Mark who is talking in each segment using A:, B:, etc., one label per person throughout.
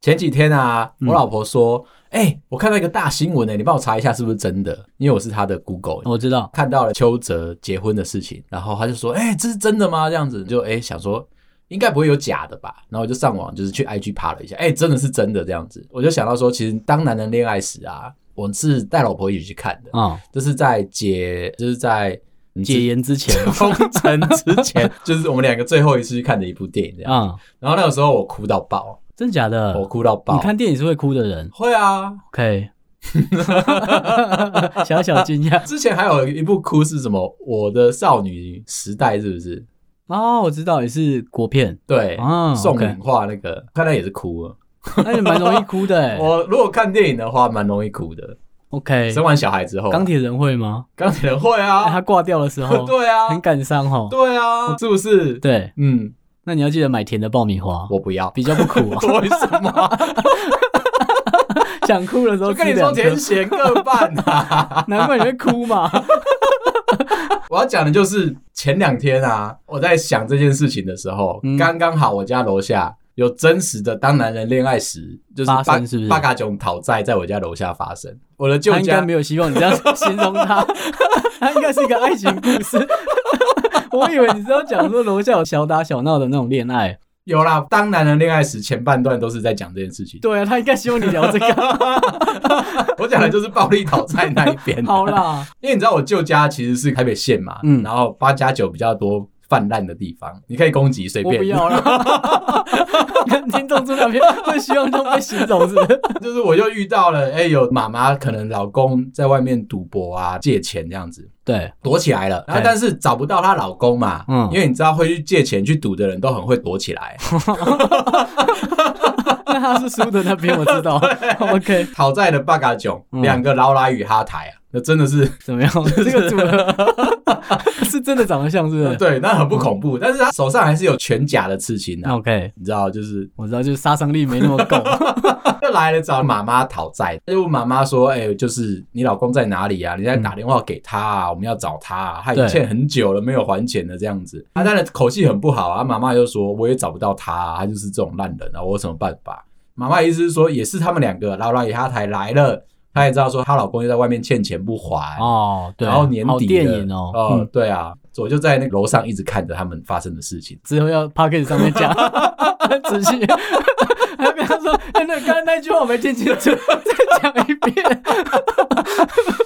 A: 前几天啊，
B: 嗯
A: 我老婆说：“哎、我看到一个大新闻呢、你帮我查一下是不是真的？”因为我是她的 Google，
B: 哦我知道，
A: 看到了邱泽结婚的事情，然后他就说：“哎、这是真的吗？”这样子就哎、想说应该不会有假的吧，然后我就上网就是去 IG 爬了一下，哎、真的是真的这样子，我就想到说，其实当男人恋爱时啊，我是带老婆一起去看的，
B: 啊、
A: 这是在解，就是在
B: 戒严之前
A: 封城 之前，就是我们两个最后一次去看的一部电影这样。
B: 啊、
A: 然后那个时候我哭到爆，
B: 真假的？
A: 我哭到爆。
B: 你看电影是会哭的人
A: 会啊，
B: ，OK，小小惊讶
A: 之前还有一部哭是什么？我的少女时代是不是？
B: 哦，我知道也是国片，
A: 对，
B: 哦
A: 宋
B: OK
A: 敏画那个，看来也是哭了。
B: 那也蛮容易哭的 哎。
A: 我如果看电影的话，蛮容易哭的。
B: OK，
A: 生完小孩之后，啊
B: 钢铁人会吗？
A: 钢铁人会
B: 哎
A: 啊
B: 他，挂掉的时 候，
A: 对啊，
B: 很感伤哦。
A: 对啊，是不是？
B: 对，
A: 嗯，
B: 那你要记得买甜的爆米花，
A: 我不要，
B: 比较不哭 哦。
A: 为什么？
B: 想哭的时候
A: 我
B: 吃
A: 跟你说，
B: 两颗
A: 甜咸各半啊。
B: 难怪你会哭嘛。
A: 我要讲的就是前两天啊，我在想这件事情的时候
B: 嗯，
A: 刚刚、好我家楼下有真实的当男人恋爱时，就是
B: 发
A: 八
B: 生是不是
A: 八嘎囧讨债在我家楼下发生。我的舅
B: 他应该
A: 家
B: 没有希望你这样 形容他，他应该是一个爱情故 事。我以为你是要讲说楼下有小打小闹的那种恋爱。。
A: 有啦，当男人恋爱时前半段都是在讲这件事情
B: 对啊，他应该希望你聊 这个。
A: 我讲的就是暴力讨债那一边。啊
B: 好，啦，
A: 因为你知道我舅家其实是台北县嘛，
B: 嗯
A: 然后八加九比较多泛滥的地方，你可以攻击随
B: 我
A: 便
B: 不。要了。听众住那边会希望这样被形容是不是？
A: 就是我又遇到了，哎、有妈妈可能老公在外面赌博啊，借钱这样子。
B: 对，
A: 躲起来了，然后
B: 对
A: 但是找不到她老公嘛，
B: 嗯
A: 因为你知道会去借钱去赌的人都很会躲起 来，
B: 那他是输的那边我知 道。OK，
A: 讨债的八嘎囧，
B: 嗯
A: 两个劳拉与哈台啊，那真的是
B: 怎么样？ 这个组合 是真的长得像是不 是
A: 对，那很不恐怖，但是他手上还是有全甲的刺青啊，
B: ？OK，
A: 你知道就是
B: 我知道，就是杀伤力没那么够。
A: 就来了找妈妈讨债，就问妈妈说，哎、就是你老公在哪里啊？你在打电话给他啊，我们要找他、啊，他已经
B: 对
A: 欠很久了没有还钱的这样
B: 嗯
A: 子，他当然口气很不好啊，妈妈就说我也找不到他、啊，他就是这种烂人啊，我有什么办法？妈妈意思是说，也是他们两个，劳拉与哈台来
B: 嗯
A: 了，她也知道说她老公又在外面欠钱不还，
B: 哦，对，
A: 然后年
B: 好
A: 底
B: 电
A: 了
B: 影哦，
A: 哦、
B: 嗯
A: 对啊，我就在那个楼上一直看着他们发生的事情。
B: 之后要 p o c k e t 上面 讲，仔细。还跟他说，哎、那刚才那句话我没听清楚，再讲一遍。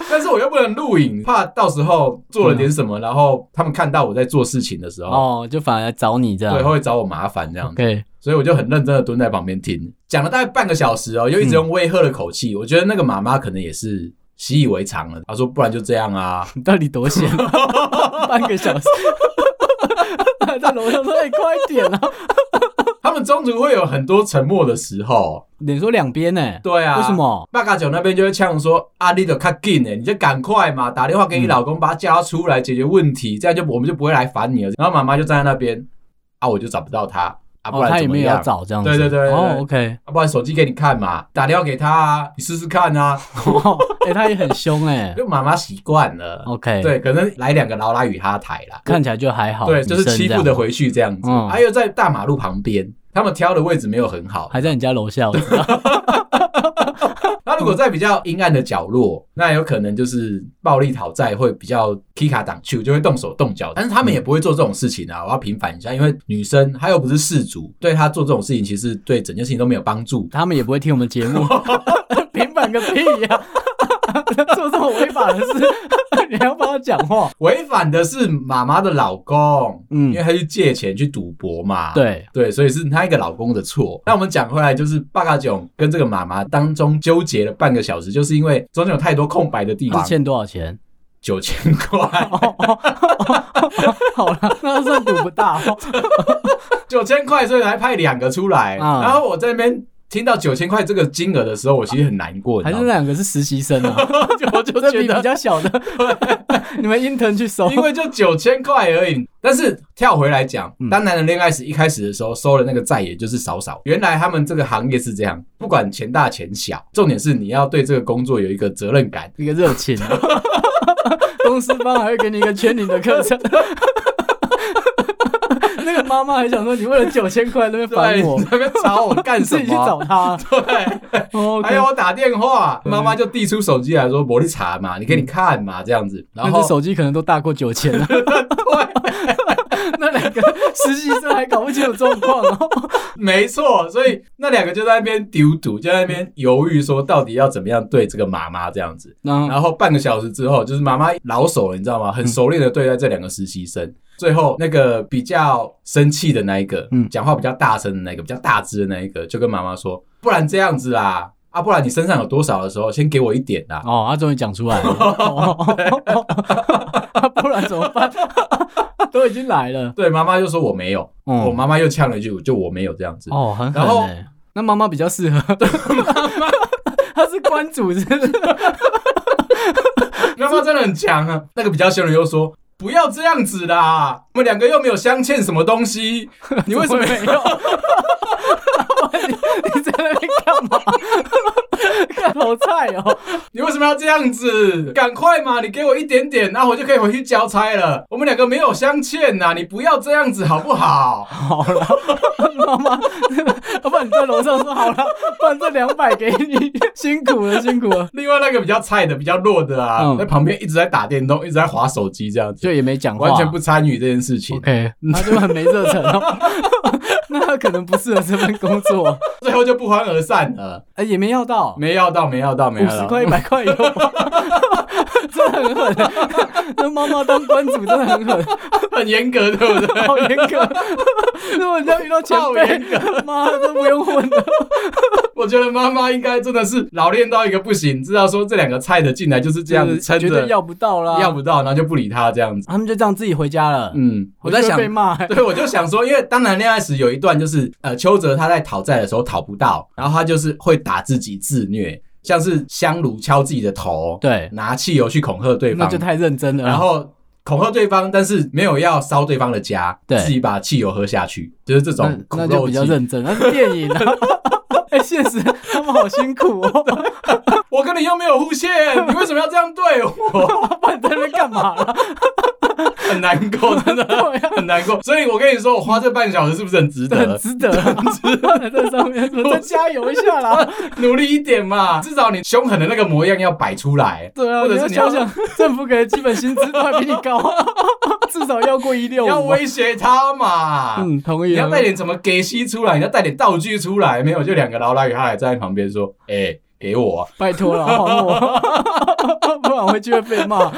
A: 但是我又不能录
B: 嗯
A: 影，怕到时候做了点什么，然后他们看到我在做事情的时候，
B: 哦，就反而来找你这样
A: 对，。会找我麻烦这样子。
B: OK，
A: 所以我就很认真的蹲在旁边听，讲了大概半个小时哦，又一直用
B: 嗯
A: 威吓的口气。我觉得那个妈妈可能也是习以为常了，她说不然就这样啊。
B: 你到底多闲？ 半个小时， 在楼上说，哎、快点啊！
A: 他们中途会有很多沉默的时候，
B: 你说两边呢？
A: 对啊，
B: 为什？么？
A: 八嘎九那边就会呛说：“啊，你得看紧呢，你就赶快嘛，打电话给你老公，把他叫出来解决问题，这样就我们就不会来烦你了。”然后妈妈就站在那边，啊，我就找不到他，啊，不
B: 哦，他
A: 然
B: 也
A: 怎么
B: 没有
A: 样？
B: 要找这样子。
A: 对对对对
B: 哦，OK，
A: 啊，不然手机给你看嘛，打电话给他啊，你试试看啊。
B: 哦，哎、他也很 凶哎、
A: 就妈妈习惯了
B: OK，，
A: 对，可能来两个劳拉与哈台啦，
B: 看起来就还好。
A: 对，就是欺负
B: 女生这
A: 的
B: 样，
A: 回去这样子。
B: 嗯
A: 还有在大马路旁边，他们挑的位置没有很好。
B: 还在你家楼下，我知道。
A: 那如果在比较阴暗的角落，那有可能就是暴力讨债会比较 k 卡挡去，就会动手动脚。但是他们也不会做这种事情啊，我要平反一下，因为女生她又不是事主，对她做这种事情，其实对整件事情都没有帮助。
B: 他们也不会听我们节 目，平板个屁呀、 做这么违法的事， 你还要帮他讲话？
A: 违反的是妈妈的老公，
B: 嗯
A: 因为他去借钱去赌博嘛。。
B: 对，
A: 对，所以是她一个老公的错。那我们讲回来，就是巴嘎囧跟这个妈妈当中纠结了半个小时，就是因为中间有太多空白的地
B: 是
A: 方，
B: 欠多少钱？
A: 九千块，
B: 哦好了，那算赌不大 哦。
A: 九千块，所以还派两个出来。
B: 啊
A: 然后我在那边听到九千块这个金额的时候，我其实很难过，
B: 还
A: 你
B: 是
A: 知道
B: 那
A: 吗
B: 两个是实习生啊？
A: 我就
B: 这
A: 觉
B: 笔比
A: 得，
B: 较小的， 你们 intern 去收
A: 因。为就九千块而已。但是跳回来讲
B: 嗯，
A: 当男人恋爱时一开始的时候收的那个债，也就是少少。原来他们这个行业是这样，不管钱大钱小，重点是你要对这个工作有一个责任感。
B: 一个热 情、啊， 公司方还会给你一个全领的课程。那个妈妈还想说，你为了九千块在那边
A: 对，
B: 烦我
A: 你，在那边找我干
B: 你
A: 什
B: 自己去找
A: 么？
B: 他。
A: 对，
B: 哦，
A: 还有我打电话，妈妈就递出手机来说：“我去查嘛，你给你看嘛，这样子。”然
B: 嗯那这
A: 后
B: 手机可能都大过九千了。那两个实习生还搞不清楚状况哦。
A: 没错，所以那两个就在那边丢赌，就在那边犹豫说到底要怎么样对这个妈妈这样子。
B: 那
A: 然后半个小时之后，就是妈妈老手了，你知道吗？很熟练的对待这两个实习生。最后那个比较生气的那一个，
B: 嗯
A: 讲话比较大声的那一个，比较大只的那一个，就跟妈妈说：“不然这样子啦，啊，不然你身上有多少的时候，先给我一点啦。
B: 哦，他终于讲出来了，哦不然怎么办？都已经来了，
A: 对，妈妈就说我没有，我
B: 哦
A: 妈妈又呛了一句，就我没有这样子。
B: 哦，很狠
A: 然后
B: 欸那妈妈比较适合，她是关主是不是？
A: 妈妈真的很强啊。那个比较凶的又说：“不要这样子啦，我们两个又没有相欠什么东西， 你为什么
B: 怎没有？你在那边干嘛？看好菜哦！
A: 你为什么要这样子？赶快嘛，你给我一点点，那、我就可以回去交差了。我们两个没有相欠呐、你不要这样子好不好？
B: 好了，妈妈，要不然你在楼上说好了，不然这两百给你，辛苦了，辛苦了，
A: 另外那个比较菜的、比较弱的啊，
B: 嗯
A: 在旁边一直在打电动，一直在划手机，这样子
B: 就也没讲话，
A: 完全不参与这件事情。
B: OK，他就很没热忱哦。 那他可能不适合这份工作，
A: 最后就不欢而散了。
B: 哎，也没要到。
A: 没要到，没要到，没
B: 五
A: 要
B: 十
A: 到。
B: 块、一百块有 吗，真的很狠。那妈妈当关主真的很狠，
A: 很严格，对不对？
B: 好严格。如果你要遇到前
A: 好严
B: 辈，妈的都不用混了。
A: 我觉得妈妈应该真的是老练到一个不行，知道说这两个菜的进来就是这样子撑
B: 绝对
A: 着，
B: 要啊不到啦。
A: 要不到，然后就不理他这样子。
B: 他们就这样自己回家了。
A: 嗯，我
B: 就
A: 在
B: 会
A: 想，
B: 被骂欸。
A: 对，我就想说，因为当然恋爱时有一段就是，呃，邱泽他在讨债的时候讨不到，然后他就是会打自己自虐，像是香炉敲自己的头，，
B: 对，
A: 拿汽油去恐吓对
B: 那
A: 方
B: 就，嗯太认真了。
A: 然后恐吓对方，但是没有要烧对方的家，
B: 对
A: 自己把汽油喝下去，就是这种苦
B: 那那就
A: 肉
B: 比
A: 计
B: 较。认真，那是电影啊。 哎，现实他们好辛苦哦。
A: 我跟你又没有互欠，你为什么要这样对我？
B: 不然你在那边干嘛 啦？
A: 很难过，真的
B: 对呀、
A: 很难过。所以我跟你说，我花这半小时是不是很值
B: 很
A: 得？
B: 值得，值得在上面说再加油一下啦。
A: 努力一点嘛，至少你凶狠的那个模样要摆出来。
B: 对啊，
A: 或者
B: 你
A: 是
B: 要
A: 你要
B: 想想， 政府给的基本薪资都还比你高，至少要过一六
A: 要
B: 五。啊
A: 威胁他嘛。
B: 嗯，同
A: 你
B: 意。
A: 要带点什么给息出来，你要带点道具出来，没有就两个劳拉与哈海站在旁边说：“哎、给我啊、
B: 拜 托了，还我， 不然回去会被骂。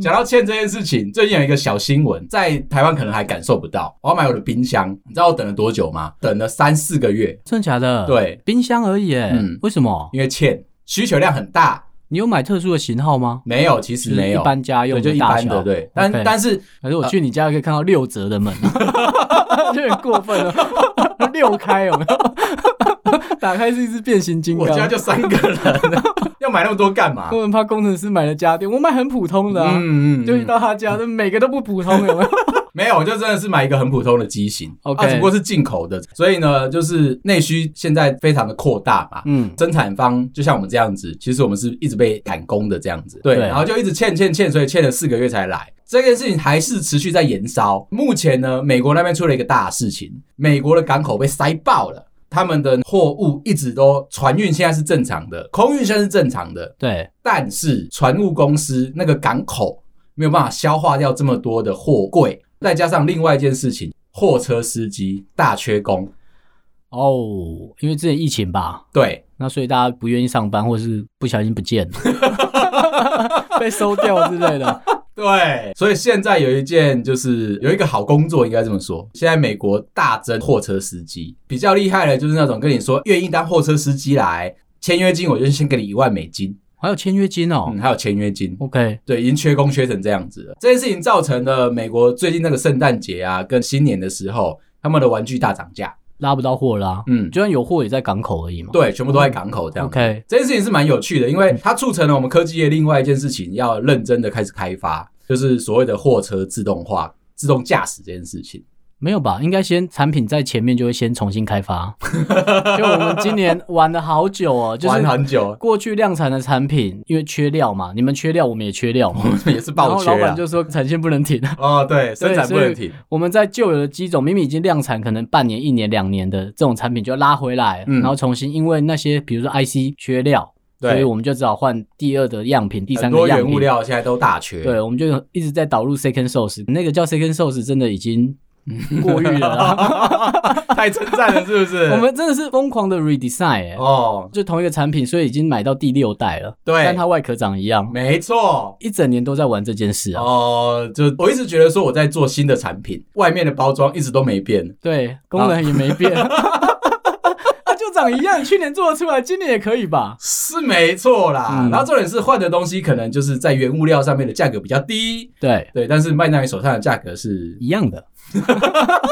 A: 讲到欠这件事情，最近有一个小新闻，在台湾可能还感受不到。我要买我的冰箱，你知道我等了多久吗？等了三四个月，
B: 真的假的？，
A: 对，
B: 冰箱而已。哎
A: 嗯，
B: 为什么？
A: 因为欠需求量很大。
B: 你有买特殊的型号吗？
A: 没有，其
B: 就
A: 实
B: 是
A: 没有，
B: 一般家用
A: 对，就一
B: 大
A: 般
B: 小
A: 的，对。但
B: OK
A: 但呃是
B: 可是我去你家可以看到六折 的门，有点过分了， 六开有没 有？打开是一只变形金
A: 我
B: 刚。
A: 家就三个人， 要买那么多干嘛？
B: 我很怕工程师买的家电，我买很普通的啊，
A: 啊嗯
B: 就一到他家，那每个都不普通，有没有？
A: 没有，就真的是买一个很普通的机型，
B: OK
A: 啊只不过是进口的，所以呢，就是内需现在非常的扩大嘛。
B: 嗯，
A: 生产方就像我们这样子，其实我们是一直被赶工的这样子，对，
B: 对
A: 然后就一直欠欠欠，所以欠了四个月才来。这件事情还是持续在延烧。目前呢，美国那边出了一个大事情，美国的港口被塞爆了，他们的货物一直都船运现在是正常的，空运现在是正常的，
B: 对，
A: 但是船务公司那个港口没有办法消化掉这么多的货柜，再加上另外一件事情，货车司机大缺工，
B: 哦，因为之前疫情吧，
A: 对，
B: 那所以大家不愿意上班，或者是不小心不 见了，被收掉之类 的。
A: 对，所以现在有一件就是有一个好工作，应该这么说。现在美国大增货车司机，比较厉害的就是那种跟你说愿意当货车司机来签约金，我就先给你一万美金，
B: 还有签约金哦、
A: 嗯，还有签约金。
B: OK，
A: 对，已经缺工缺成这样子了。这件事情造成了美国最近那个圣诞节啊，跟新年的时候，他们的玩具大涨价。
B: 拉不到货啦、
A: 嗯，
B: 就算有货也在港口而已嘛。
A: 对，啊全部都在港口这样子。
B: OK，
A: 这件事情是蛮有趣的，因为它促成了我们科技业另外一件事情，要认真的开始开发，就是所谓的货车自动化、自动驾驶这件事情。
B: 没有吧？应该先产品在前面就会先重新开 发。就我们今年玩了好久哦，就
A: 玩
B: 是
A: 很 久，
B: 过去量产的产品，因为缺料嘛，你们缺料，我们也缺料嘛。
A: 也是
B: 然
A: 爆
B: 后
A: 缺
B: 老
A: 啊
B: 板。就说产线不能停，
A: 哦，对，生产不能停。
B: 我们在旧有的机种明明已经量产，可能半年、一年、两年的这种产品就要拉回来，
A: 嗯
B: 然后重新因为那些比如说 IC 缺料，所以
A: 对，
B: 我们就只好换第二的样品、第
A: 很
B: 三
A: 多
B: 个样
A: 原物
B: 品。
A: 料现在都大缺。
B: 对，我们就一直在导入 second source，那个叫 second source 真的已 经过誉了啦。
A: 太称赞了，是不是？
B: 我们真的是疯狂的 redesign，、欸
A: 哦，
B: 就同一个产品，所以已经买到第六代了，
A: 对
B: 但，它外壳长一样，
A: 没错。
B: 一整年都在玩这件事啊。
A: 哦，就我一直觉得说我在做新的产品，外面的包装一直都没变。
B: 对，功能也没 变，它啊就长一样，去年做得出来，今年也可以吧？
A: 是没错啦，
B: 嗯
A: 然后重点是换的东西可能就是在原物料上面的价格比较低，
B: 对，
A: 对，但是卖到你手上的价格是
B: 一样的。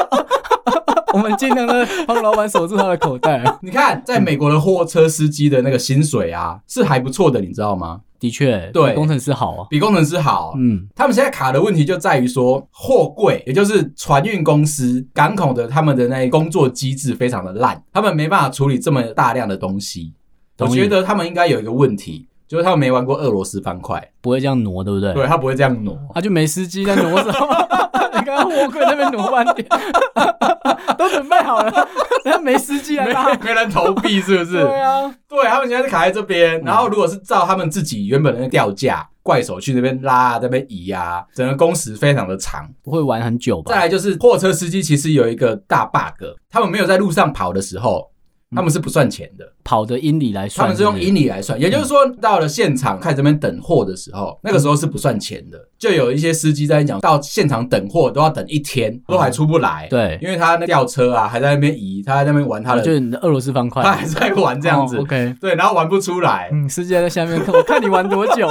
B: 我们尽量的帮老板守住他的口袋。
A: 你看，在美国的货车司机的那个薪水啊，是还不错的，你知道吗？
B: 的确，
A: 对
B: 比工程师好啊。
A: 比工程师好。
B: 嗯，
A: 他们现在卡的问题就在于说，货柜，也就是船运公司港口的他们的那工作机制非常的烂，他们没办法处理这么大量的东西。我
B: 同意
A: 觉得他们应该有一个问题，就是他们没玩过俄罗斯方块，
B: 不会这样挪，对不对？
A: 对，他不会这样挪。
B: 他就没司机在挪什么。 你刚刚货柜那边挪半天， 都准备好了，然后没司机来
A: 没
B: 拉。
A: 没人投币是不嗯是？
B: 对啊，
A: 对他们现在是卡在这边，然后如果是照他们自己原本的那个吊架，怪手去那边拉、啊、那边移啊，整个工时非常的长。
B: 不会玩很久
A: 再
B: 吧？
A: 来就是货车司机其实有一个大 bug，他们没有在路上跑的时候，他们是不算钱的，
B: 跑的英里来
A: 他
B: 嗯算，
A: 们是用英
B: 里。
A: 里来算。也就是说，到了现场开始这边等货的时
B: 嗯
A: 候，那个时候是不算钱的。就有一些司机在讲，到现场等货都要等一天，都还出不来。
B: 嗯对，
A: 因为他那吊车啊，还在那边移，他还在那边玩他
B: 就
A: 的，
B: 是你的俄罗斯方 块
A: 他还在玩这样子
B: 哦。OK，
A: 对，然后玩不出来。
B: 嗯，司机还在下 面看，我看你玩多久，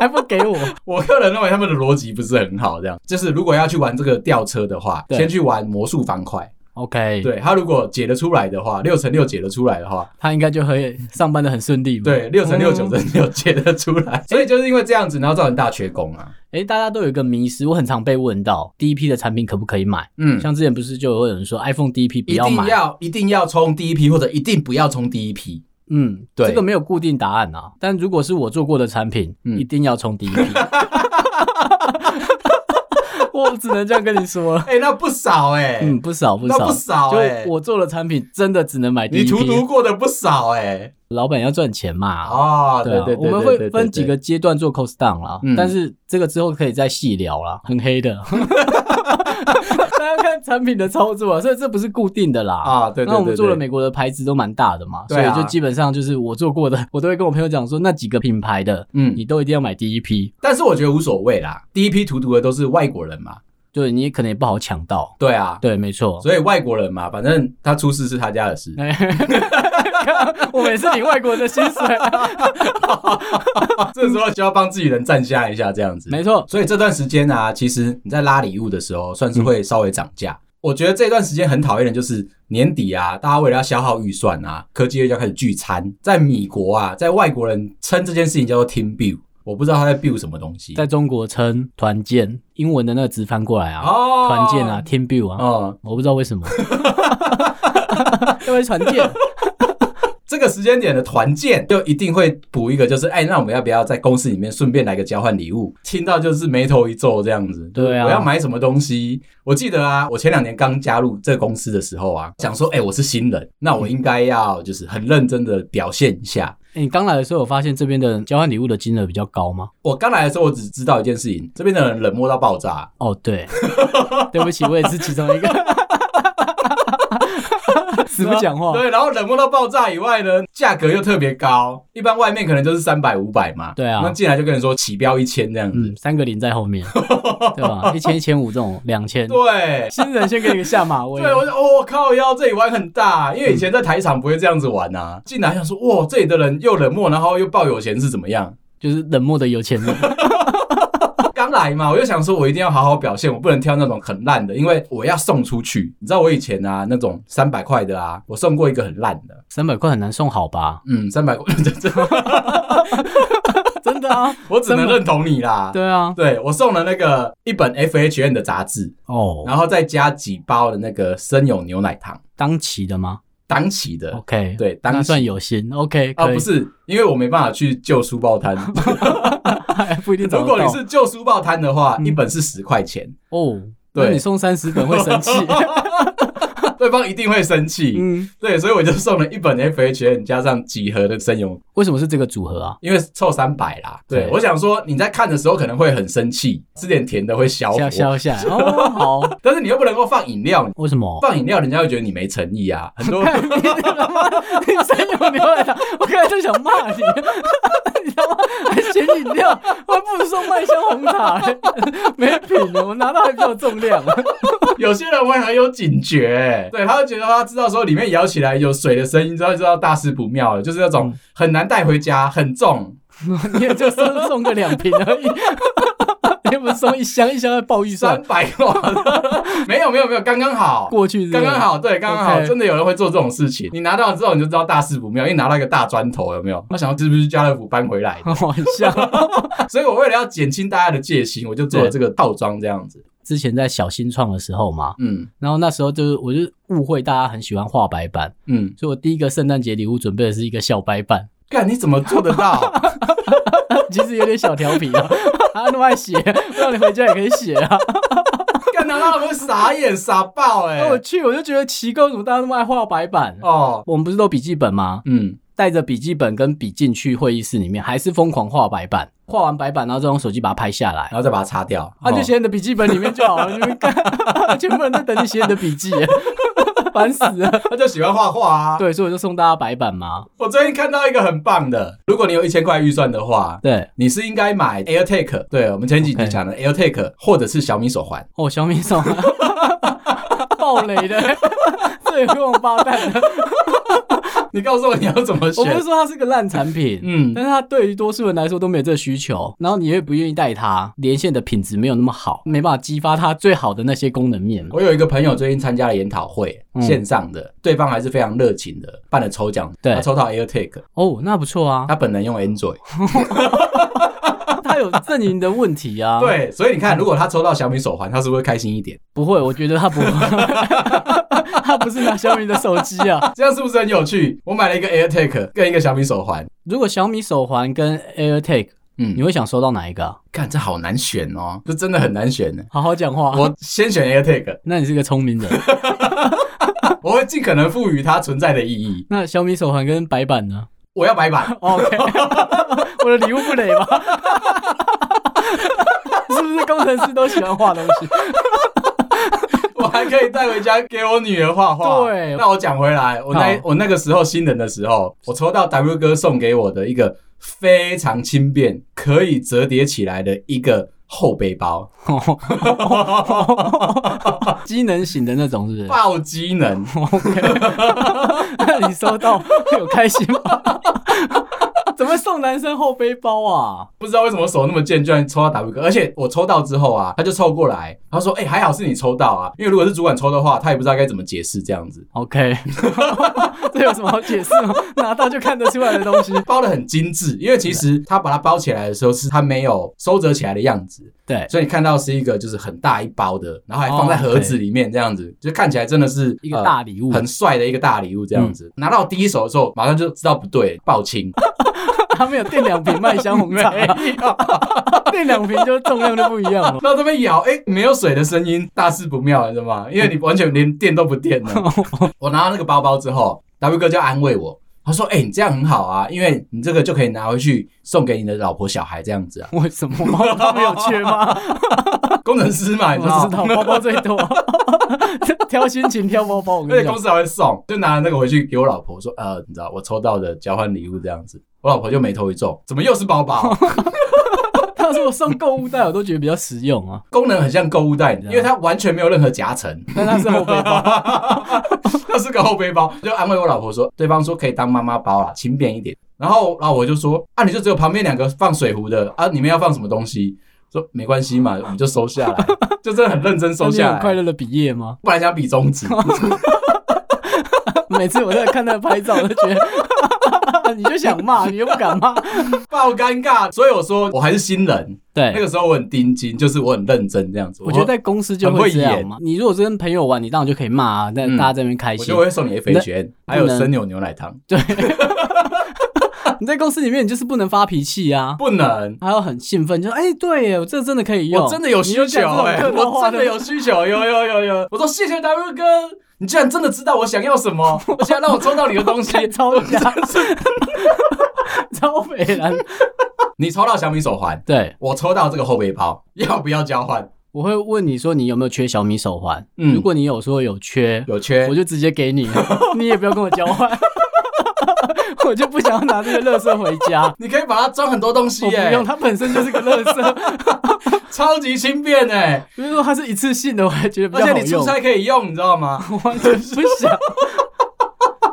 B: 还不给我。
A: 我个人认为他们的逻辑不是很好，这样就是如果要去玩这个吊车的话，
B: 对
A: 先去玩魔术方块。
B: OK，
A: 对他如果解得出来的话，六乘六解得出来的话，
B: 他应该就会上班的很顺利嘛。
A: 对，六乘六
B: 嗯
A: 九乘六解得出来。 所以就是因为这样子，然后造成大缺工啊。
B: 诶，大家都有一个迷失，我很常被问到，第一批的产品可不可以买？
A: 嗯，
B: 像之前不是就有人说 iPhone 第一批不
A: 一
B: 要
A: 定
B: 买？
A: 要一定要冲第一批，或者一定不要冲第一批。
B: 嗯，
A: 对
B: 这个没有固定答案啊。但如果是我做过的产品，
A: 嗯
B: 一定要冲第一 批。我只能这样跟你说了。
A: 哎、那不少哎、
B: 嗯，不少不
A: 那
B: 少，
A: 不少哎、
B: 就我做的产品真的只能买第一
A: 你
B: 批。
A: 荼毒过的不少哎、
B: 老板要赚钱嘛？
A: 哦，对
B: 啊
A: 对对，
B: 我们
A: 对
B: 会分几。
A: 对对
B: 个阶段做 cost down 啦，
A: 嗯
B: 但是这个之后可以再细聊啦，很黑的， 大家看产品的操作啊，所以这不是固定的啦。
A: 啊，对对对对，
B: 那我们做了美国的牌子都蛮大的嘛，
A: 对啊
B: 所以就基本上就是我做过的， 我都会跟我朋友讲说，那几个品牌的，
A: 嗯
B: 你，都一定要买第一批，
A: 但是我觉得无所谓啦。第一批荼毒的都是外国人嘛，
B: 对你可能也不好抢到。
A: 对啊，
B: 对，没 错。。
A: 所以外国人嘛，反正他出事是他家的事
B: 我每次领外国的薪水，
A: 啊这时候就要帮自己人站下一下，这样子。
B: 没错，
A: 所以这段时间啊，其实你在拉礼物的时候，算
B: 嗯
A: 是会稍微涨价。我觉得这段时间很讨厌的就是年底啊，大家为了要消耗预算啊，科技业就要开始聚餐。在米国啊，在外国人称这件事情叫做 team build，我不知道他在 build 什么东西。
B: 在中国称团建，英文的那个直翻过来啊，
A: 哦
B: 团建啊，，team build 啊，
A: 哦、
B: 我不知道为 什么，因为船 舰
A: 这个时间点的团建，就一定会补一个，就是哎，那我们要不要在公司里面顺便来个交换礼物？听到就是眉头一皱这样子。
B: 对啊
A: 我要买什么东西？我记得啊，我前两年刚加入这个公司的时候啊，想说，哎，我是新人，那我应该要就是很认真的表现一下。
B: 欸你刚来的时候，有发现这边的交换礼物的金额比较高吗？
A: 我刚来的时候，我只知道一件事情，这边的人冷漠到爆炸。
B: 哦， 对，对不起，我也是其中一个，死不讲话。
A: 对，然后冷漠到爆炸以外呢，价格又特别高，一般外面可能就是三百五百嘛，
B: 对啊
A: 那进来就跟你说起标一千这样子，
B: 嗯，三个零在后面，对吧？一千、一千五这种，两千。
A: 对，
B: 新人先给你个下马威。
A: 对，我就哦靠腰，这里玩很大，啊因为以前在台场不会这样子玩啊。进来想说，哇，这里的人又冷漠，然后又抱有钱是怎么样？
B: 就是冷漠的有钱人。
A: 刚来嘛，我就想说，我一定要好好表现，我不能挑那种很烂的，因为我要送出去。你知道我以前啊，那种三百块的啊，我送过一个很烂的，
B: 三百块很难送好吧？
A: 嗯，三百块，这这
B: 真的啊，
A: 我只能
B: 真的
A: 认同你啦。
B: 对啊，
A: 对，我送了那个一本 FHN 的杂志，
B: 哦，
A: 然后再加几包的那个生有牛奶糖，
B: 当期的吗
A: 当期的，
B: ？OK，，
A: 对，当
B: 哦那
A: 期
B: 算有心，OK，
A: 啊，
B: 可以
A: 不，是， 因为我没办法去救书报 摊。
B: 不一定 找
A: 如
B: 得
A: 果你
B: 到
A: 是救书报摊的话，
B: 嗯
A: 一本是十块钱，
B: 哦，
A: 对
B: 那你送三十本会 生气，
A: 对方一定会生气。
B: 嗯，
A: 对，所以我就送了一本 FHN 加上几盒的生油，
B: 为什么是这个组合啊？
A: 因为凑三百啦。对，
B: 对
A: 我想说你在看的时候可能会很生气，吃点甜的会消
B: 消
A: 火，
B: 消下 来哦，好，
A: 但是你又不能够放饮料，
B: 为什么？
A: 放饮料人家会觉得你没诚意 啊。很多
B: 你真有牛奶糖，我刚才就想骂你， 你他妈还嫌饮料，我还不如送麦香红茶、 欸，没品的，我拿到还比较有重量。
A: 有些人会很有警觉、欸，对，他会觉得他知道说里面摇起来有水的声音之后，知道大事不妙了，就是那
B: 嗯
A: 种很难带回家，很重。
B: 你也就送送个两瓶而已， 你也不是送一箱一箱在报预
A: 三
B: 算
A: 百块， 没有没有没有，刚刚好，
B: 过去是不
A: 刚
B: 是
A: 刚。好，对，刚刚好
B: OK
A: 真的有人会做这种事情。你拿到了之后，你就知道大事不妙，因为拿到一个大砖头，有没有？他想要是不是家乐福搬回来 的？
B: 好像
A: 所以我为了要减轻大家的戒心，我就做了这个套装这样子。
B: 之前在小新创的时候嘛，
A: 嗯
B: 然后那时候就是我就误会大家很喜欢画白板，
A: 嗯，
B: 所以我第一个圣诞节礼物准备的是一个小白板，
A: 干你怎么做得到？
B: 其实有点小调皮啊，他那么爱写，不然你回家也可以写啊。
A: 干拿到了会傻眼傻爆哎、
B: 那 我去，我就觉得奇怪，为什么大家那么爱画白板？
A: 哦，
B: 我们不是都笔记本吗？
A: 嗯，
B: 带着笔记本跟笔进去会议室里面，还是疯狂画白板，画完白板然后再用手机把它拍下来
A: 然，后再把它擦掉，
B: 啊，
A: 哦
B: 就写你的笔记本里面就好了，你们干， 全部人在等你写你的笔记， 烦死了。
A: 他就喜欢画画啊。
B: 对，所以我就送大家白板嘛。
A: 我最近看到一个很棒的，如果你有一千块预算的话，
B: 对，
A: 你是应该买 AirTag，对我们前几集
B: OK
A: 讲的 AirTag，或者是小米手环。
B: 哦，小米送 啊，爆雷的， 这也跟我八蛋的。
A: 你告诉我你要怎么
B: 我不
A: 选
B: 是？说它是个烂产品，
A: 嗯
B: 但是它对于多数人来说都没有这个需求，然后你也不愿意带它，连线的品质没有那么好，没办法激发它最好的那些功能面嘛。
A: 我有一个朋友最近参加了研讨会，
B: 嗯
A: 线上的，对方还是非常热情的，办了抽奖，
B: 对
A: 他抽到 AirTag，
B: 哦，那不错啊，
A: 他本人用 Android，
B: 它有阵营的问题 啊。，
A: 对，所以你看，如果他抽到小米手环，他是不是会开心一点？
B: 不会，我觉得它不会， 它不是拿小米的手机啊。
A: 这样是不是很有趣？我买了一个 AirTag 跟一个小米手环，
B: 如果小米手环跟 AirTag，
A: 嗯
B: 你，会想收到哪一个、啊？
A: 看这好难选哦，这真的很难选呢。
B: 好好讲话。
A: 我先选 AirTag，
B: 那你是个聪明 人。
A: 我会尽可能赋予它存在的意义。
B: 那小米手环跟白板呢
A: 我要白板，
B: ？OK，我的礼物不累吗？ 是不是工程师都喜欢画东西？
A: 我还可以带回家给我女儿画画。
B: 对
A: 那我讲回来，我那
B: 好
A: 我那个时候新人的时候，我抽到 W 哥送给我的一个非常轻便、可以折叠起来的一个后背包，
B: 机能型的那种是不是
A: 爆机能。
B: 那你收到有开心吗？ 怎么送男生后背包啊？
A: 不知道为什么手那么贱，居然抽到 W 哥，而且我抽到之后啊，他就凑过来，他说：“哎、还好是你抽到啊，因为如果是主管抽的话，他也不知道该怎么解释这样子。
B: OK，这有什么好解释吗？拿到就看得出来的东西。”
A: 包的很精致，因为其实他把它包起来的时候是它没有收折起来的样子，
B: 对，
A: 所以你看到是一个就是很大一包的，然后还放在盒子里面这样子，就看起来真的是
B: 哦一个、大礼物嗯
A: 呃，很帅的一个大礼物这样子。拿到第一手的时候，马上就知道不对，爆 清。
B: 他们有订两瓶麦香 红茶，订两瓶就重量就不一样了。
A: 到这边摇，哎、没有水的声音，大事不妙，你知道吗？因为你完全连电都不电 了。我拿到那个包包之后，W 哥就安慰我，他说：“哎、你这样很好啊，因为你这个就可以拿回去送给你的老婆小孩这样子啊。
B: 为什么 他们有缺吗？
A: 工程师嘛，
B: 我
A: 你
B: 不
A: 知道
B: 知。道，包包最多， 挑心情挑包包。我
A: 而
B: 跟
A: 且
B: 你
A: 公
B: 讲，
A: 司还会送，就拿了那个回去给我老婆说，呃，你知道我抽到的交换礼物这样子，我老婆就眉头一皱，怎么又是包 包？
B: 他说我送购物袋，我都觉得比较实用 啊。
A: 功能很像购物袋，因为它完全没有任何夹层，
B: 但他是后背包，
A: 它是个后背包，就安慰我老婆说，对方说可以当妈妈包啦，轻便一点。然后，然后我就说，啊，你就只有旁边两个放水壶的啊，你们要放什么东西？说没关系嘛，我们就收下来， 就真的很认真收
B: 那你
A: 下
B: 很快
A: 来。
B: 乐的毕业吗？
A: 不然想比 中指，
B: 每次我在看他的拍照，我都觉得 你就想骂，你又不敢骂。
A: 爆尴尬。所以我说我还是新人，那
B: 对，
A: 个时候我很钉钉，就是我很认真这样子。
B: 我觉得在公司就
A: 很会
B: 会这样
A: 演
B: 嘛。你如果是跟朋友玩，你当然就可以骂啊，但
A: 嗯
B: 大家在那边开
A: 我
B: 心
A: 就。会送你 F 卷，还有生牛牛奶糖，
B: 你在公司里面，你就是不能发脾气啊，
A: 不能。
B: 还要很兴奋，就哎、对耶，我这真的可以用，
A: 我真的有需求哎、我真的有需求，有有有有。我说谢谢 W 哥，你居然真的知道我想要什 么，而且还让我抽到你的东西，
B: 看 超假，超北然。
A: 你抽到小米手环，
B: 对，
A: 我抽到这个后背包，要不要交换？
B: 我会问你说你有没有缺小米手环，
A: 嗯
B: 如果你有说有缺，
A: 有缺
B: 我就直接 给你，你也不要跟我交换， 我就不想要拿这个垃圾回家。
A: 你可以把它装很多东西
B: 我不
A: 耶、
B: 用，它本身就是个 垃圾。
A: 超级轻便哎、
B: 比如说它是一次性的，我还觉得比
A: 而
B: 较好
A: 且
B: 用。
A: 你出差可以用，你知道吗？
B: 我完全不想，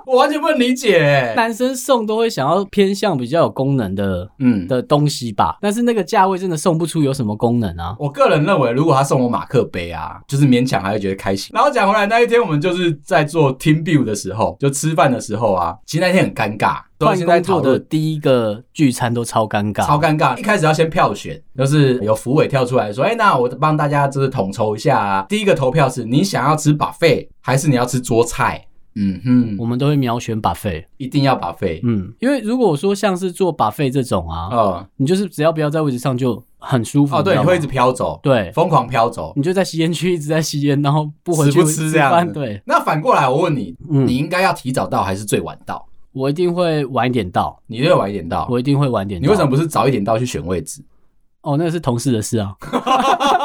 A: 我完全不能理解、欸。
B: 男生送都会想要偏向比较有功能的
A: 嗯，
B: 的东西吧，但是那个价位真的送不出有什么功能啊。
A: 我个人认为，如果他送我马克杯啊，就是勉强还会觉得开心。然后讲回来，那一天我们就是在做 team build 的时候，就吃饭的时候啊，其实那天很尴尬，
B: 换
A: 现在
B: 工
A: 讨
B: 作的
A: 论。
B: 第一个聚餐都超尴尬，
A: 超尴尬，一开始要先票选，就是有福委跳出来说：“哎、那我帮大家就是统筹一下啊。”第一个投票是你想要吃 buffet 还是你要吃桌菜？嗯哼，
B: 我们都会秒选 buffet。
A: 一定要 buffet。
B: 嗯，因为如果说像是做 buffet 这种啊，
A: 哦、
B: 你就是只要不要在位置上就很舒服。
A: 哦，对，
B: 嗯知道
A: 你
B: 吗
A: 会一直飘走，
B: 对，
A: 疯狂飘走，
B: 你就在吸烟区一直在吸烟，然后不回
A: 死
B: 去
A: 不吃这样
B: 饭
A: 子
B: 对，
A: 那反过来，我问你，
B: 嗯
A: 你应该要提早到还是最晚到？
B: 我一定会晚一点到，
A: 你越晚一点到，
B: 我一定会晚一点到。
A: 你为什么？不是早一点到去选位置？
B: 哦，那个是同事的事啊。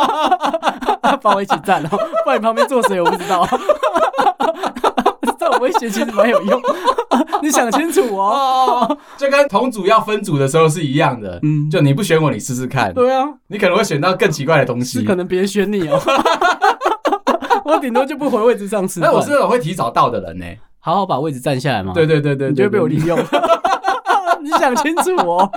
B: 帮我一起站哦，不然你旁边坐谁我不知道。这种威胁其实蛮有用， 你想清楚哦。
A: 哦， 就跟同组要分组的时候是一样的。
B: 嗯，
A: 就你不选我，你试试看，
B: 对啊，
A: 你可能会选到更奇怪的东
B: 是
A: 西
B: 可。能别选你哦。 我顶多就不回位置上吃饭。
A: 那我是那种会提早到的人呢、
B: 好好把位置占下来嘛。
A: 对对对对，
B: 啊你就会被我
A: 对
B: 利 用。你想清楚哦。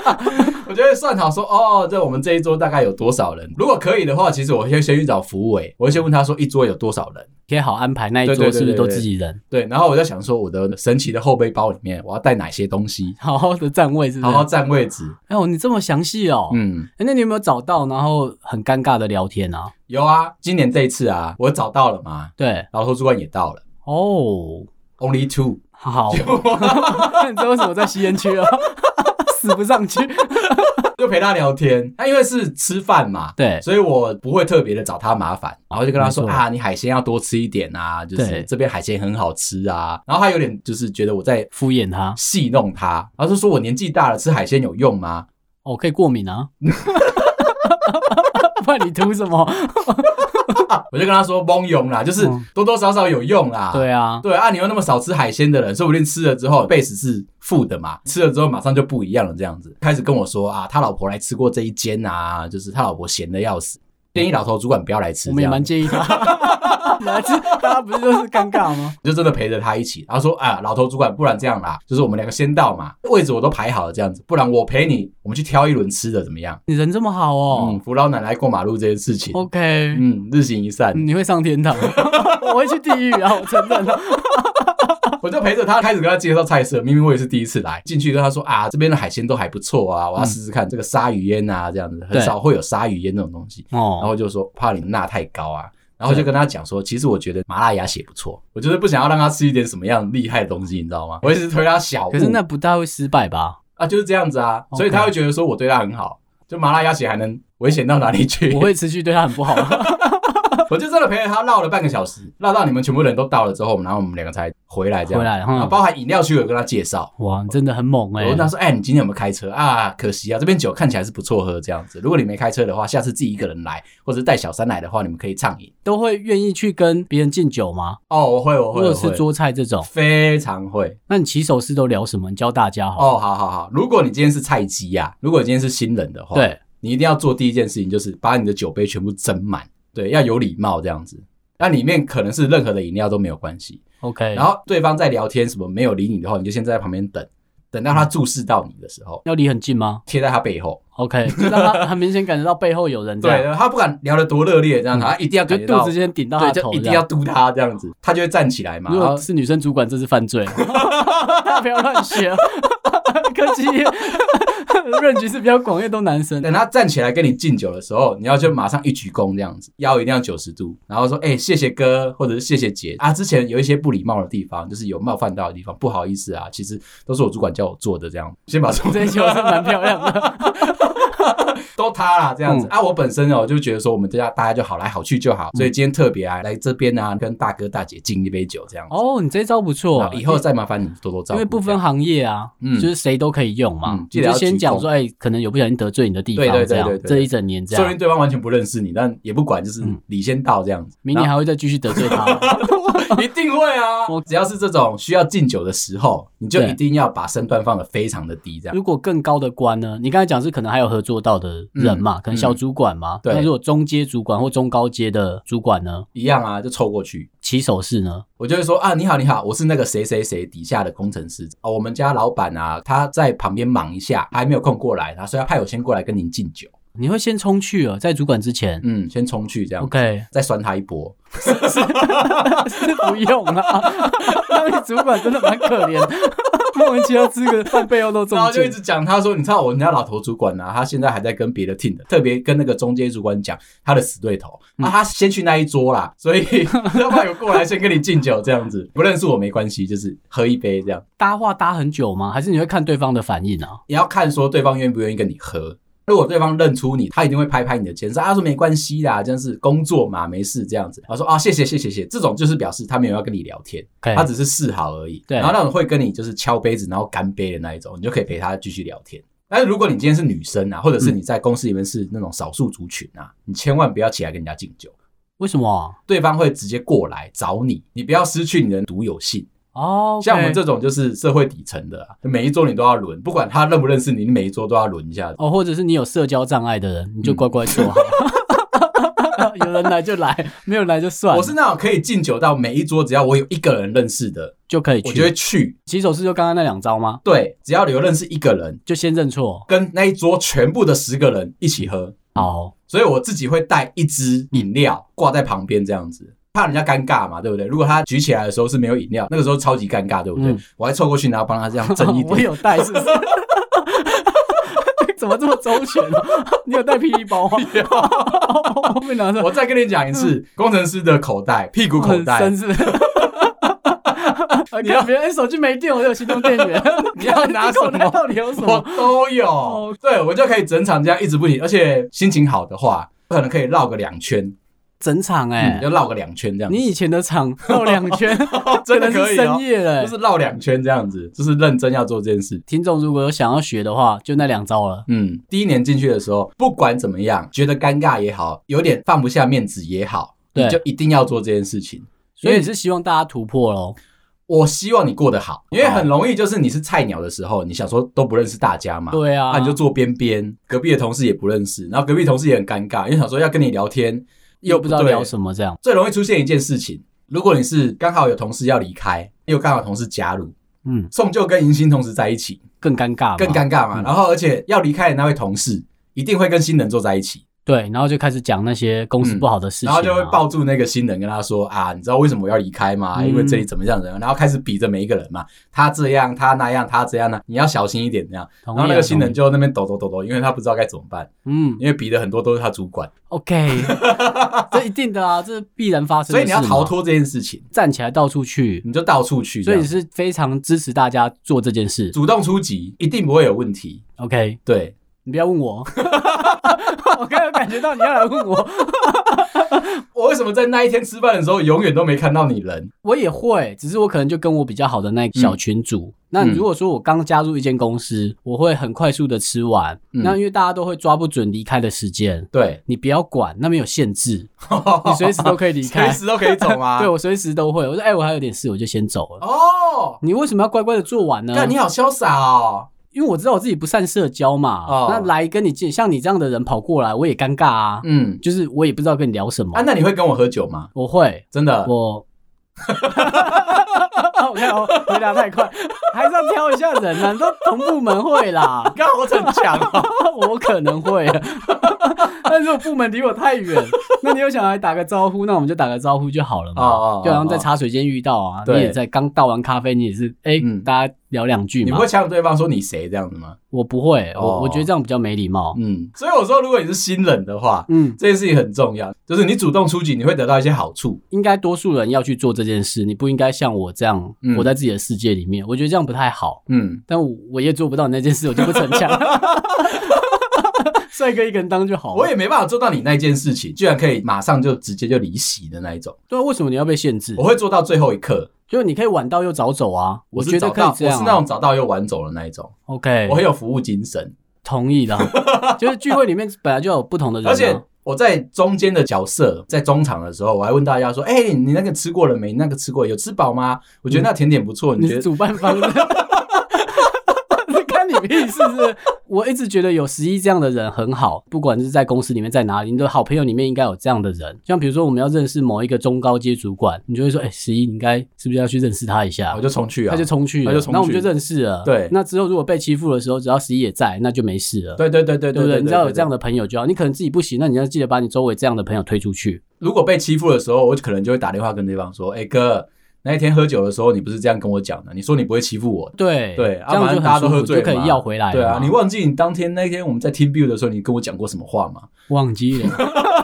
A: 我就会算好说，哦，这我们这一桌大概有多少人？如果可以的话，其实我先先去找服务委，我会先问他说一桌有多少人。
B: 贴好安排那一桌
A: 对对对
B: 是不是
A: 对
B: 都
A: 对
B: 自己人？
A: 对，然后我在想说，我的神奇的后背包里面我要带哪些东西，
B: 好好的站位是不
A: 好
B: 是？
A: 好占位置。
B: 哎呦，你这么详细哦。
A: 嗯，
B: 哎那你有没有找到然后很尴尬的聊天啊？
A: 有啊，今年这一次啊，我找到了嘛，
B: 对，
A: 然后主管也到了
B: 哦，
A: ，Only two，
B: 好。那你知道为什么我在吸烟区 啊？死不上去。
A: 就陪他聊天。那因为是吃饭嘛，
B: 对
A: 所以我不会特别的找他麻烦，然后就跟他说
B: 没错
A: 啊，你海鲜要多吃一点啊，就是
B: 对
A: 这边海鲜很好吃啊。然后他有点就是觉得我在
B: 敷衍他，
A: 戏弄他，然后就说我年纪大了，吃海鲜有用吗？
B: 哦，可以过敏 啊。不然你图什么？
A: 我就跟他说蒙用啦，就是
B: 嗯
A: 多多少少有用啦。
B: 对啊，
A: 对啊，你又那么少吃海鲜的人，说不定吃了之后 base 是负的嘛，吃了之后马上就不一样了，这样子开始跟我说啊，他老婆来吃过这一间啊，就是他老婆闲的要死，建议老头主管不要来吃
B: 我
A: 这
B: 们也
A: 样
B: 蛮
A: 子，
B: 介意 他。来自大家不是都是尴尬吗？
A: 就真的陪着他一起，然后说啊，老头主管，不然这样啦，就是我们两个先到嘛，位置我都排好了这样子，不然我陪你，我们去挑一轮吃的怎么样？
B: 你人这么好
A: 嗯，
B: 哦。
A: 扶老奶奶过马路这件事情，
B: OK，
A: 嗯，日行一善，
B: 你会上天堂， 我会去地狱啊！我承认了。
A: 我就陪着他开始跟他介绍菜色，明明我也是第一次来，进去跟他说啊，这边的海鲜都还不错啊，我要试试看这个鲨鱼烟啊，这样子很
B: 对
A: 少会有钠鱼烟这种东西。然
B: 哦，
A: 后就说怕你钠太高啊，然后就跟他讲说，其实我觉得麻辣鸭血不错，我就是不想要让他吃一点什么样厉害的东西，你知道吗？我一直推他小步，
B: 可是那不大会失败 吧？
A: 啊就是这样子啊，
B: OK
A: 所以他会觉得说我对他很好，就麻辣鸭血还能危险到哪里去？
B: 我会持续对他很不好。
A: 我就真的陪着他绕了半个小时，绕到你们全部人都到了之后，然后我们两个才回来这样。
B: 回来
A: 然后
B: 哈，
A: 包含饮料区有跟他介绍。
B: 哇，你真的很猛
A: 我
B: 哎、
A: 问他说：“哎、你今天有没有开车啊？可惜啊，这边酒看起来是不错喝这样子。如果你没开车的话，下次自己一个人来，或者是带小三来的话，你们可以畅饮。
B: 都会愿意去跟别人敬酒吗？”
A: 哦，我会，我
B: 如
A: 会，
B: 果
A: 我会
B: 是桌菜这种，
A: 非常会。
B: 那你起手式都聊什么？你教大家好。
A: 哦，好好好。如果你今天是菜鸡呀、如果你今天是新人的话，，
B: 对，
A: 你一定要做第一件事情就是把你的酒杯全部斟满，对，要有礼貌这样子。那里面可能是任何的饮料都没有关系。
B: OK，
A: 然后对方在聊天什么没有理你的话，你就先在旁边等，等到他注视到你的时候，
B: 要离很近吗
A: 贴在他背后。
B: ？OK，就让他很明显感觉到背后有人这
A: 对
B: 样，，
A: 他不管聊得多热烈，这样他一定要
B: 就
A: 感觉
B: 肚
A: 到
B: 子先顶到他
A: 对，就
B: 的头，
A: 一定要。嘟他这样子，他就会站起来嘛。
B: 如
A: 然
B: 果
A: 后
B: 是女生主管，这是犯罪，大家不要乱学。 科 技 range 是比较广，因为都男生。
A: 等他站起来跟你敬酒的时候，你要就马上一鞠躬这样子，腰一定要九十度，然后说：“哎、谢谢哥，或者是谢谢姐啊。”之前有一些不礼貌的地方，就是有冒犯到的地方，不好意思啊，其实都是我主管叫我做的，这样先把
B: 这一球是蛮漂亮的，
A: 都他啦这样
B: 嗯
A: 子、啊。我本身哦就觉得说我们这家大家就好来好去就好，所以今天特别啊来这边啊跟大哥大姐敬一杯酒这样子。
B: 哦，你这一招不错
A: 好，以后再麻烦你多多照
B: 因
A: 顾。
B: 为不分
A: 这样
B: 行业啊，
A: 嗯
B: 就是谁都可以用嘛
A: 嗯。记
B: 你
A: 得
B: 就
A: 要
B: 先讲说，
A: 鞠
B: 哎，可能有不小心得罪你的地
A: 对对
B: 方，
A: 对
B: 这样
A: 对对对
B: 这一整年这
A: 说不定
B: 样，
A: 对方完全不认识你，但也不管，就是
B: 嗯
A: 你先到这样子。
B: 明年还会再继续得罪 他。
A: 一定会啊
B: 我！
A: 只要是这种需要敬酒的时候，你就
B: 对
A: 一定要把身段放得非常的低，这样。
B: 如果更高的官呢，你刚才讲是可能还有合作到的人嘛，可能小主管嘛。
A: 嗯对
B: 那如果中阶主管或中高阶的主管呢，
A: 一样啊，就凑过去。
B: 起手式呢？
A: 我就会说啊，你好，你好，我是那个谁谁谁底下的工程师哦，我们家老板啊，他在旁边忙一下，还没有空过来，然后所以他派我先过来跟您敬酒，
B: 你会先冲去哦，在主管之前。
A: 嗯，先冲去这样
B: OK，
A: 再酸他一波。
B: 是不用 啊。当你主管真的蛮可怜的， 莫名其妙吃个饭背后都中
A: 然后就一
B: 箭。
A: 直讲，他说：“你知道我们家老头主管啊，他现在还在跟别的 team 的，特别跟那个中间主管讲他的死对头，啊，他先去那一桌啦，所以 要不然有过来先跟你敬酒这样子，不认识我没关系，就是喝一杯这样，
B: 搭话搭很久吗？还是你会看对方的反应啊？
A: 也要看说对方愿不愿意跟你喝。”如果对方认出你，他一定会拍拍你的肩说：“啊，说没关系啦，真是工作嘛，没事这样子。”他说：“啊，谢谢，谢谢，谢谢。”这种就是表示他没有要跟你聊天，
B: 可以
A: 他只是示好而已。
B: 对
A: 然后那种会跟你就是敲杯子，然后干杯的那一种，你就可以陪他继续聊天。但是如果你今天是女生啊，或者是
B: 嗯
A: 你在公司里面是那种少数族群啊，你千万不要起来跟人家敬酒，
B: 为什么啊？
A: 对方会直接过来找你，你不要失去你的独有性。
B: 哦，
A: 像我们这种就是社会底层的、啊，每一桌你都要轮，不管他认不认识你，你每一桌都要轮一下。
B: 哦，或者是你有社交障碍的人，
A: 嗯
B: 你就乖乖坐 好。有人来就来，没有人来就算了，
A: 我是那种可以敬酒到每一桌，只要我有一个人认识的，
B: 就可以
A: 我就会
B: 去。
A: 去。
B: 起手式就刚刚那两招吗？
A: 对，只要有认识一个人，
B: 就先认错。
A: 跟那一桌全部的十个人一起喝，
B: 好，
A: 所以我自己会带一支饮料挂在旁边这样子，怕人家尴尬嘛，对不对？如果他举起来的时候是没有饮料，那个时候超级尴尬，对不对？
B: 嗯
A: 我还凑过去，然后帮他这样争一
B: 我
A: 点。
B: 有 带是不是？怎么这么周全呢、你有带霹雳包吗？ 我没拿着，
A: 我再跟你讲一
B: 嗯
A: 次，工程师的口袋，屁股口
B: 很
A: 袋
B: 绅， 士。你看别人手机没电，我有行动电 源。
A: 你要拿什么
B: 口袋到底有什
A: 我
B: 么？
A: 都有
B: 哦。
A: 对，我就可以整场这样一直不停，而且心情好的话，可能可以绕个两圈，
B: 整场哎、
A: 要绕个两圈这样子。
B: 你以前的场 绕两圈，
A: 真的
B: 可能
A: 可
B: 是
A: 以
B: 深
A: 哦。
B: 夜了、
A: 就是绕两圈这样子，就是认真要做这件事。
B: 听众如果有想要学的话，就那两招了。
A: 嗯，第一年进去的时候，不管怎么样，觉得尴尬也好，有点放不下面子也好，
B: 对
A: 你就一定要做这件事情。
B: 所以你是希望大家突破喽？
A: 我希望你过得好，因为很容易就是你是菜鸟的时候，你想说都不认识大家嘛，
B: 对啊，
A: 啊，你就坐边边，隔壁的同事也不认识，然后隔壁同事也很尴尬，因为想说要跟你聊天
B: 又不知道
A: 对
B: 聊什么这样。
A: 最容易出现一件事情，如果你是刚好有同事要离开，又刚好同事加入，
B: 嗯，
A: 宋就跟迎新同时在一起，
B: 更尴尬嘛，
A: 更尴尬
B: 嗯
A: 嘛。然后而且要离开的那位同事一定会跟新人坐在一起。
B: 对，然后就开始讲那些公司
A: 嗯
B: 不好的事情、
A: 然
B: 啊
A: 后就会抱住那个新人，跟他说啊，你知道为什么我要离开吗？
B: 嗯
A: 因为这里怎么样怎么样，然后开始比着每一个人嘛，啊他这样，他那样，他这样呢，你要小心一点这样。
B: 同
A: 然
B: 意啊
A: 后那个新人
B: 同意
A: 就那边抖抖抖抖，因为他不知道该怎么办，
B: 嗯
A: 因为比的很多都是他主管，
B: ，OK，这一定的啊，这是必然发生
A: 所
B: 的
A: 以
B: 事
A: 你
B: 嘛。
A: 要逃脱这件事情，
B: 站起来到处去，
A: 你就到处去这
B: 所以
A: 样，
B: 你是啊非常支持大家做这件事。
A: 主动出击，一定不会有问题。
B: OK，
A: 对，
B: 你不要问 我，我刚有感觉到你要来问我，
A: 我为什么在那一天吃饭的时候永远都没看到你人？
B: 我也会，只是我可能就跟我比较好的那
A: 嗯
B: 小群组。那如果说我刚加入一间公司，我会很快速的吃完。
A: 嗯
B: 那因为大家都会抓不准离开的时间，
A: 对，
B: 你不要管，那边有限制， 你随时都可以离
A: 哦 随
B: 开。
A: 时都可以走吗？
B: 对我随时都会，我说哎、我还有点事，我就先走了。
A: 哦，
B: 你为什么要乖乖的做完呢？
A: 看你好潇洒哦。
B: 因为我知道我自己不善社交嘛。
A: 哦
B: 那来跟你见，像你这样的人跑过来，我也尴尬啊。
A: 嗯，
B: 就是我也不知道跟你聊什么。
A: 啊，那你会跟我喝酒吗？
B: 我会，
A: 真的，
B: 我。我看我回答太快，还是要挑一下人啊，你都同部门会 啦，
A: 刚好我逞强哦。
B: 我可 能会，但如果部门离我太远，那你又想来打个招呼，那我们就打个招呼就好了嘛。
A: 哦哦哦
B: 就好像在茶水间遇到啊，
A: 对
B: 你也在刚倒完咖啡，你也是哎、
A: 嗯
B: 大家聊两句
A: 你
B: 嘛
A: 不。会呛对方说你谁这样子吗？
B: 我不会，
A: 哦
B: 我我觉得这样比较没礼貌。
A: 嗯，所以我说，如果你是新人的话，
B: 嗯，
A: 这件事情很重要，就是你主动出击，你会得到一些好处。
B: 应该多数人要去做这件事，你不应该像我这样
A: 嗯
B: 活在自己的世界里面。我觉得这样不太好，
A: 嗯，
B: 但我我也做不到你那件事，我就不逞强。 帅哥一个人当就好了。
A: 我也没办法做到你那件事情，居然可以马上就直接就离席的那一种。
B: 对啊，为什么你要被限制
A: 我？会做到最后一刻，
B: 就是你可以晚到又早走啊。我
A: 是
B: 觉得
A: 早
B: 可以
A: 到，
B: 这
A: 我
B: 样啊、哎
A: 是那种早到又晚走的那一种，
B: OK，
A: 我很有服务精神，
B: 同意的。 就是聚会里面本来就有不同的人、啊，
A: 而且。我在中间的角色，在中场的时候，我还问大家说：“哎、你那个吃过了没？你那个吃过有吃饱吗？我觉得那甜点不错，你
B: 嗯你
A: 觉
B: 是
A: 得？”
B: 主办方 的。看你屁事是不是？我一直觉得有十一这样的人很好，不管是在公司里面，在哪里，你的好朋友里面应该有这样的人。像比如说，我们要认识某一个中高阶主管，你就会说：“哎、十一，你应该是不是要去认识他一下
A: 我？”就冲去啊！
B: 他就冲去了，
A: 他就冲去
B: 那我们就认识了。
A: 对
B: 那之后如果被欺负的时候，只要十一也在，那就没事了，
A: 对对对对
B: 对不对？你只要有这样
A: 的，
B: 的朋友就好。你可能自己不行，那你要记得把你周围这样的朋友推出去。
A: 如果被欺负的时候，我可能就会打电话跟对方说：“哎、哥，那一天喝酒的时候，你不是这样跟我讲的？你说你不会欺负我的。”
B: 对
A: 对，
B: 这
A: 啊
B: 样
A: 反
B: 就
A: 正大家
B: 很
A: 都
B: 舒服，
A: 喝醉
B: 就
A: 了
B: 可
A: 嘛
B: 以要回来了
A: 对
B: 嘛。
A: 啊，你忘记你当天那天我们在 team build 的时候，你跟我讲过什么话吗？
B: 忘记了，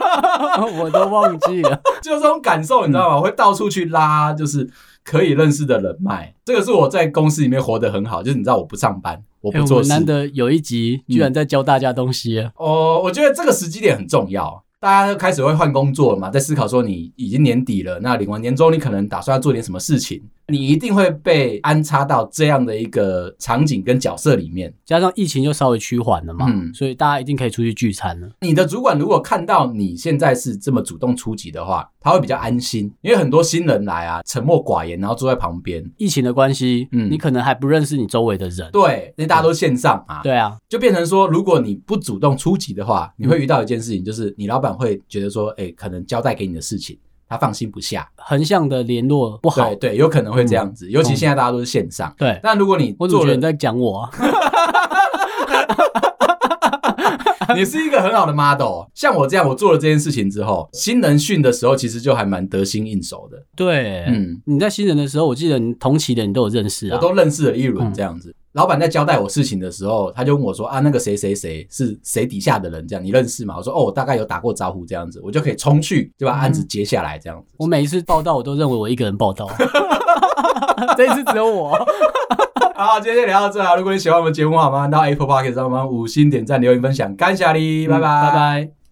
B: 我都忘记了。
A: 就这种感受，你知道
B: 嗯
A: 吗？我会到处去拉，就是可以认识的人脉。这个是我在公司里面活得很好，就是你知道我不上班，我
B: 哎
A: 不
B: 我
A: 做
B: 们
A: 事。
B: 难得有一集居然在教大家东西啊，
A: 哦，我觉得这个时机点很重要。大家都开始会换工作了嘛，在思考说你已经年底了，那领完年终你可能打算要做点什么事情，你一定会被安插到这样的一个场景跟角色里面。
B: 加上疫情又稍微趋缓了嘛，
A: 嗯
B: 所以大家一定可以出去聚餐了。
A: 你的主管如果看到你现在是这么主动出击的话，他会比较安心，因为很多新人来啊，沉默寡言，然后坐在旁边，
B: 疫情的关系，
A: 嗯
B: 你可能还不认识你周围的人。
A: 对，因为大家都线上嘛，，
B: 对啊，
A: 就变成说，如果你不主动出击的话，你会遇到一件事情，就是你老板会觉得说，哎、可能交代给你的事情，他放心不下，
B: 横向的联络不好
A: 对。对，有可能会这样子，尤其现在大家都是线上。
B: 对，
A: 但如果你
B: 我怎么
A: 做
B: 觉得
A: 了
B: 你，在讲我啊？
A: 你是一个很好的 model。像我这样，我做了这件事情之后，新人训的时候，其实就还蛮得心应手的。
B: 对，
A: 嗯，
B: 你在新人的时候，我记得你同期的你都有认识啊。
A: 我都认识了一轮这样子。老板在交代我事情的时候，他就问我说：“啊，那个谁谁谁是谁底下的人？这样你认识吗？”我说：“哦，我大概有打过招呼这样子，我就可以冲去就把案子接下来这样子。
B: 嗯我每一次报道，我都认为我一个人报道，嗯这一次只有我。
A: 好，今天就聊到这啊！如果你喜欢我们节目，好吗？到 Apple Podcast 上帮我们五星点赞、留言、分享，感谢你，拜拜，
B: 嗯拜拜。